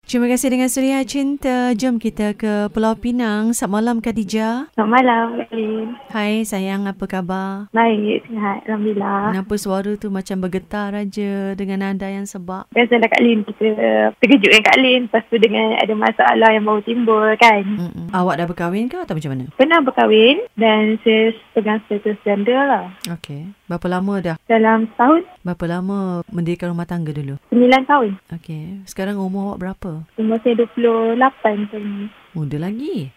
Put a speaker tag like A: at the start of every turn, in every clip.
A: Terima kasih dengan Suria Cinta. Jom kita ke Pulau Pinang. Selamat malam Khadijah.
B: Selamat malam, Elin.
A: Hai sayang, apa khabar?
B: Baik, sihat. Alhamdulillah.
A: Kenapa suara tu macam bergetar aja dengan nada yang sebab?
B: Biasalah lah Kak Lin, kita terkejut dengan Kak Lin. Lepas tu dengan ada masalah yang baru timbul kan.
A: Mm-mm. Awak dah berkahwin ke atau macam mana?
B: Pernah berkahwin dan saya pegang status gender lah.
A: Okey. Berapa lama dah?
B: Dalam setahun,
A: Berapa lama mendirikan rumah tangga dulu?
B: 9 tahun.
A: Okey. Sekarang umur awak berapa?
B: Umur saya 28 tahun ni.
A: Muda lagi.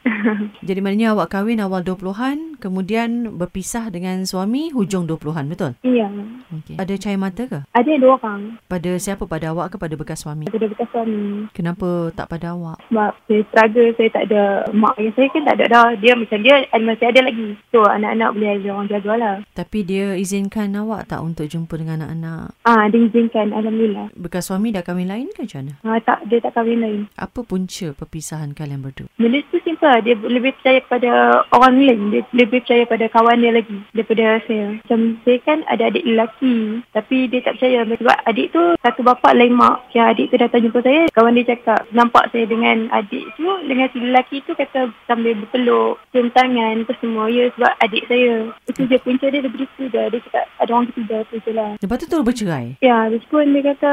A: Jadi maknanya awak kahwin awal 20-an, kemudian berpisah dengan suami hujung 20-an, betul?
B: Iya.
A: Okey. Ada cahaya mata ke?
B: Ada dua orang.
A: Pada siapa? Pada awak ke pada bekas suami?
B: Saya dah bekas suami.
A: Kenapa tak pada awak?
B: Sebab saya struggle, saya tak ada mak ayah saya kan tak ada dah. Dia macam dia ada- masih ada lagi. So anak-anak boleh ada orang jaga lah.
A: Tapi dia izinkan awak tak untuk jumpa dengan anak-anak?
B: Ah, dia izinkan, Alhamdulillah.
A: Bekas suami dah kahwin lain ke macam mana?
B: Ah, tak, dia tak kahwin lain.
A: Apa punca perpisahan kalian berdua?
B: Benda tu simple. lah. Dia lebih percaya kepada orang lain. Dia lebih percaya pada kawan dia lagi daripada saya. Macam saya kan ada adik lelaki. Tapi dia tak percaya. Sebab adik tu satu bapa lain mak. Yang adik tu datang jumpa saya. Kawan dia cakap. Nampak saya dengan adik tu. Dengan si lelaki tu kata sambil berpeluk. Cium tangan. Apa semua. Ya sebab adik saya. Itu je punca dia daripada situ dah. Dia cakap ada orang ketiga tu je lah.
A: Lepas tu terus bercerai?
B: Ya, habis pun dia kata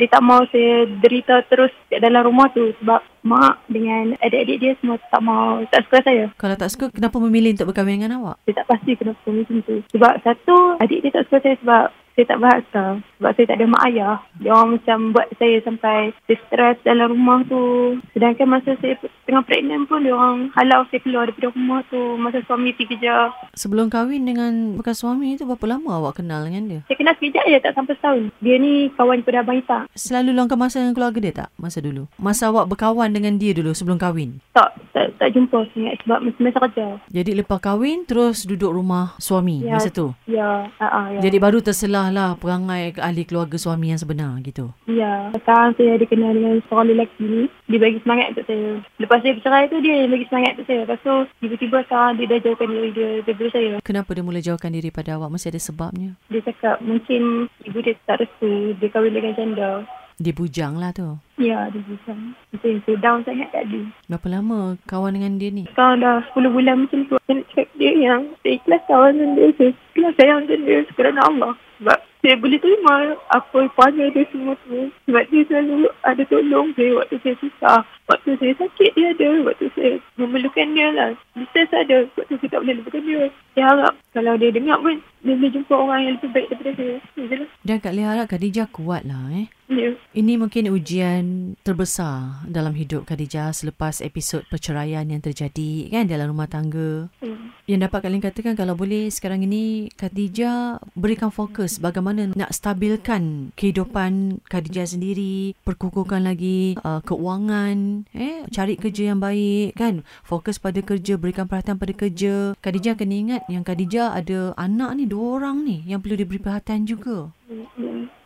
B: dia tak mau saya derita terus kat dalam rumah tu sebab mak dengan adik-adik dia semua tak mau, tak suka saya.
A: Kalau tak suka, kenapa memilih untuk berkahwin dengan awak?
B: Saya tak pasti kenapa macam tu. Sebab satu, adik dia tak suka saya sebab saya tak bahasa. Sebab saya tak ada mak ayah. Dia orang macam buat saya sampai saya stres dalam rumah tu. Sedangkan masa saya tengah pregnant pun dia orang halau saya keluar daripada rumah tu. Masa suami pergi kerja.
A: Sebelum kahwin dengan bekas suami itu, berapa lama awak kenal dengan dia?
B: Saya kenal sekejap je tak sampai setahun. Dia ni kawan daripada Abang Ita.
A: Selalu luangkan masa dengan keluarga dia tak? Masa dulu? Masa awak berkawan dengan dia dulu sebelum kahwin?
B: Tak, tak, tak jumpa sangat sebab masa kerja.
A: Jadi lepas kahwin terus duduk rumah suami ya.
B: Ya.
A: masa tu.
B: Ya, uh, uh, ya.
A: Jadi baru terselah lah perangai ke ahli keluarga suami yang sebenar gitu.
B: ya, sekarang saya ada kenal dengan seorang lelaki ni. Dia bagi semangat untuk saya. Lepas saya bercerai tu, dia yang bagi semangat untuk saya. Lepas tu, tiba-tiba sekarang dia dah jauhkan diri dia daripada saya.
A: Kenapa dia mula jauhkan diri pada awak? Mesti ada sebabnya.
B: Dia cakap, mungkin ibu dia tak restu. Dia kahwin dengan janda.
A: Dia bujang lah tu.
B: Ya, dia bukan. Macam saya down sangat tadi.
A: Berapa lama kawan dengan dia ni?
B: Sekarang dah 10 bulan macam tu. Saya nak cakap dia yang saya ikhlas kawan dengan dia. Saya ikhlas sayang dengan dia kerana Allah. Sebab saya boleh terima apa perangai dia semua tu. Sebab dia selalu ada tolong saya waktu saya susah. Waktu saya sakit dia ada. Waktu saya memerlukan dia lah. Bisnes ada. Waktu saya tak boleh lupakan dia. Saya harap kalau dia dengar pun dia boleh jumpa orang yang lebih baik daripada saya. Itu je lah.
A: Dan Kak Lia harap Khadijah kuat lah eh.
B: Ya.
A: Ini mungkin ujian terbesar dalam hidup Khadijah selepas episod perceraian yang terjadi kan dalam rumah tangga.
B: Hmm.
A: Yang dapat kalian katakan kalau boleh sekarang ini Khadijah berikan fokus bagaimana nak stabilkan kehidupan Khadijah sendiri, perkukuhkan lagi uh, keuangan, eh cari kerja yang baik kan. Fokus pada kerja, berikan perhatian pada kerja. Khadijah kena ingat yang Khadijah ada anak ni dua orang ni yang perlu diberi perhatian juga.
B: Ya.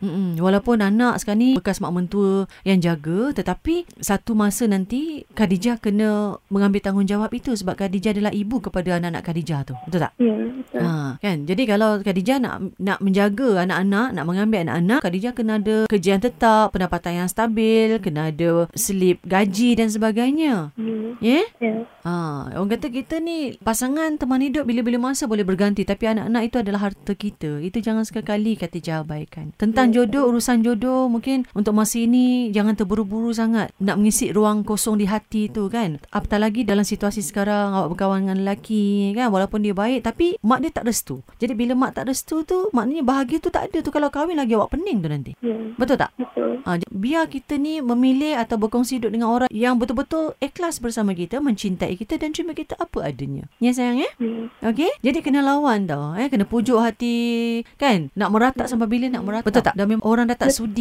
A: Mm-mm. Walaupun anak sekarang ni bekas mak mentua yang jaga tetapi satu masa nanti Khadijah kena mengambil tanggungjawab itu sebab Khadijah adalah ibu kepada anak-anak Khadijah tu. Betul tak?
B: Ya. betul.
A: Ha, kan. Jadi kalau Khadijah nak nak menjaga anak-anak, nak mengambil anak-anak, Khadijah kena ada kerja yang tetap, pendapatan yang stabil, kena ada slip gaji dan sebagainya.
B: Ya.
A: Ya? Yeah?
B: Ya.
A: Ha, orang kata kita ni pasangan teman hidup bila-bila masa boleh berganti tapi anak-anak itu adalah harta kita. Itu jangan sekali-kali kata jawabaikan. Tentang jodoh, urusan jodoh mungkin untuk masa ini jangan terburu-buru sangat nak mengisi ruang kosong di hati tu kan. Apatah lagi dalam situasi sekarang awak berkawan dengan lelaki kan walaupun dia baik tapi mak dia tak restu. Jadi bila mak tak restu tu maknanya bahagia tu tak ada tu kalau kahwin lagi awak pening tu nanti.
B: Ya.
A: Betul tak?
B: Betul.
A: Ha, j- biar kita ni memilih atau berkongsi hidup dengan orang yang betul-betul ikhlas bersama kita, mencintai kita dan terima kita apa adanya. Ya sayang eh?
B: Ya.
A: Okey? Jadi kena lawan tau. Eh? Kena pujuk hati. Kan? Nak meratap sampai bila nak meratap. Betul tak? Dah memang orang dah tak sudi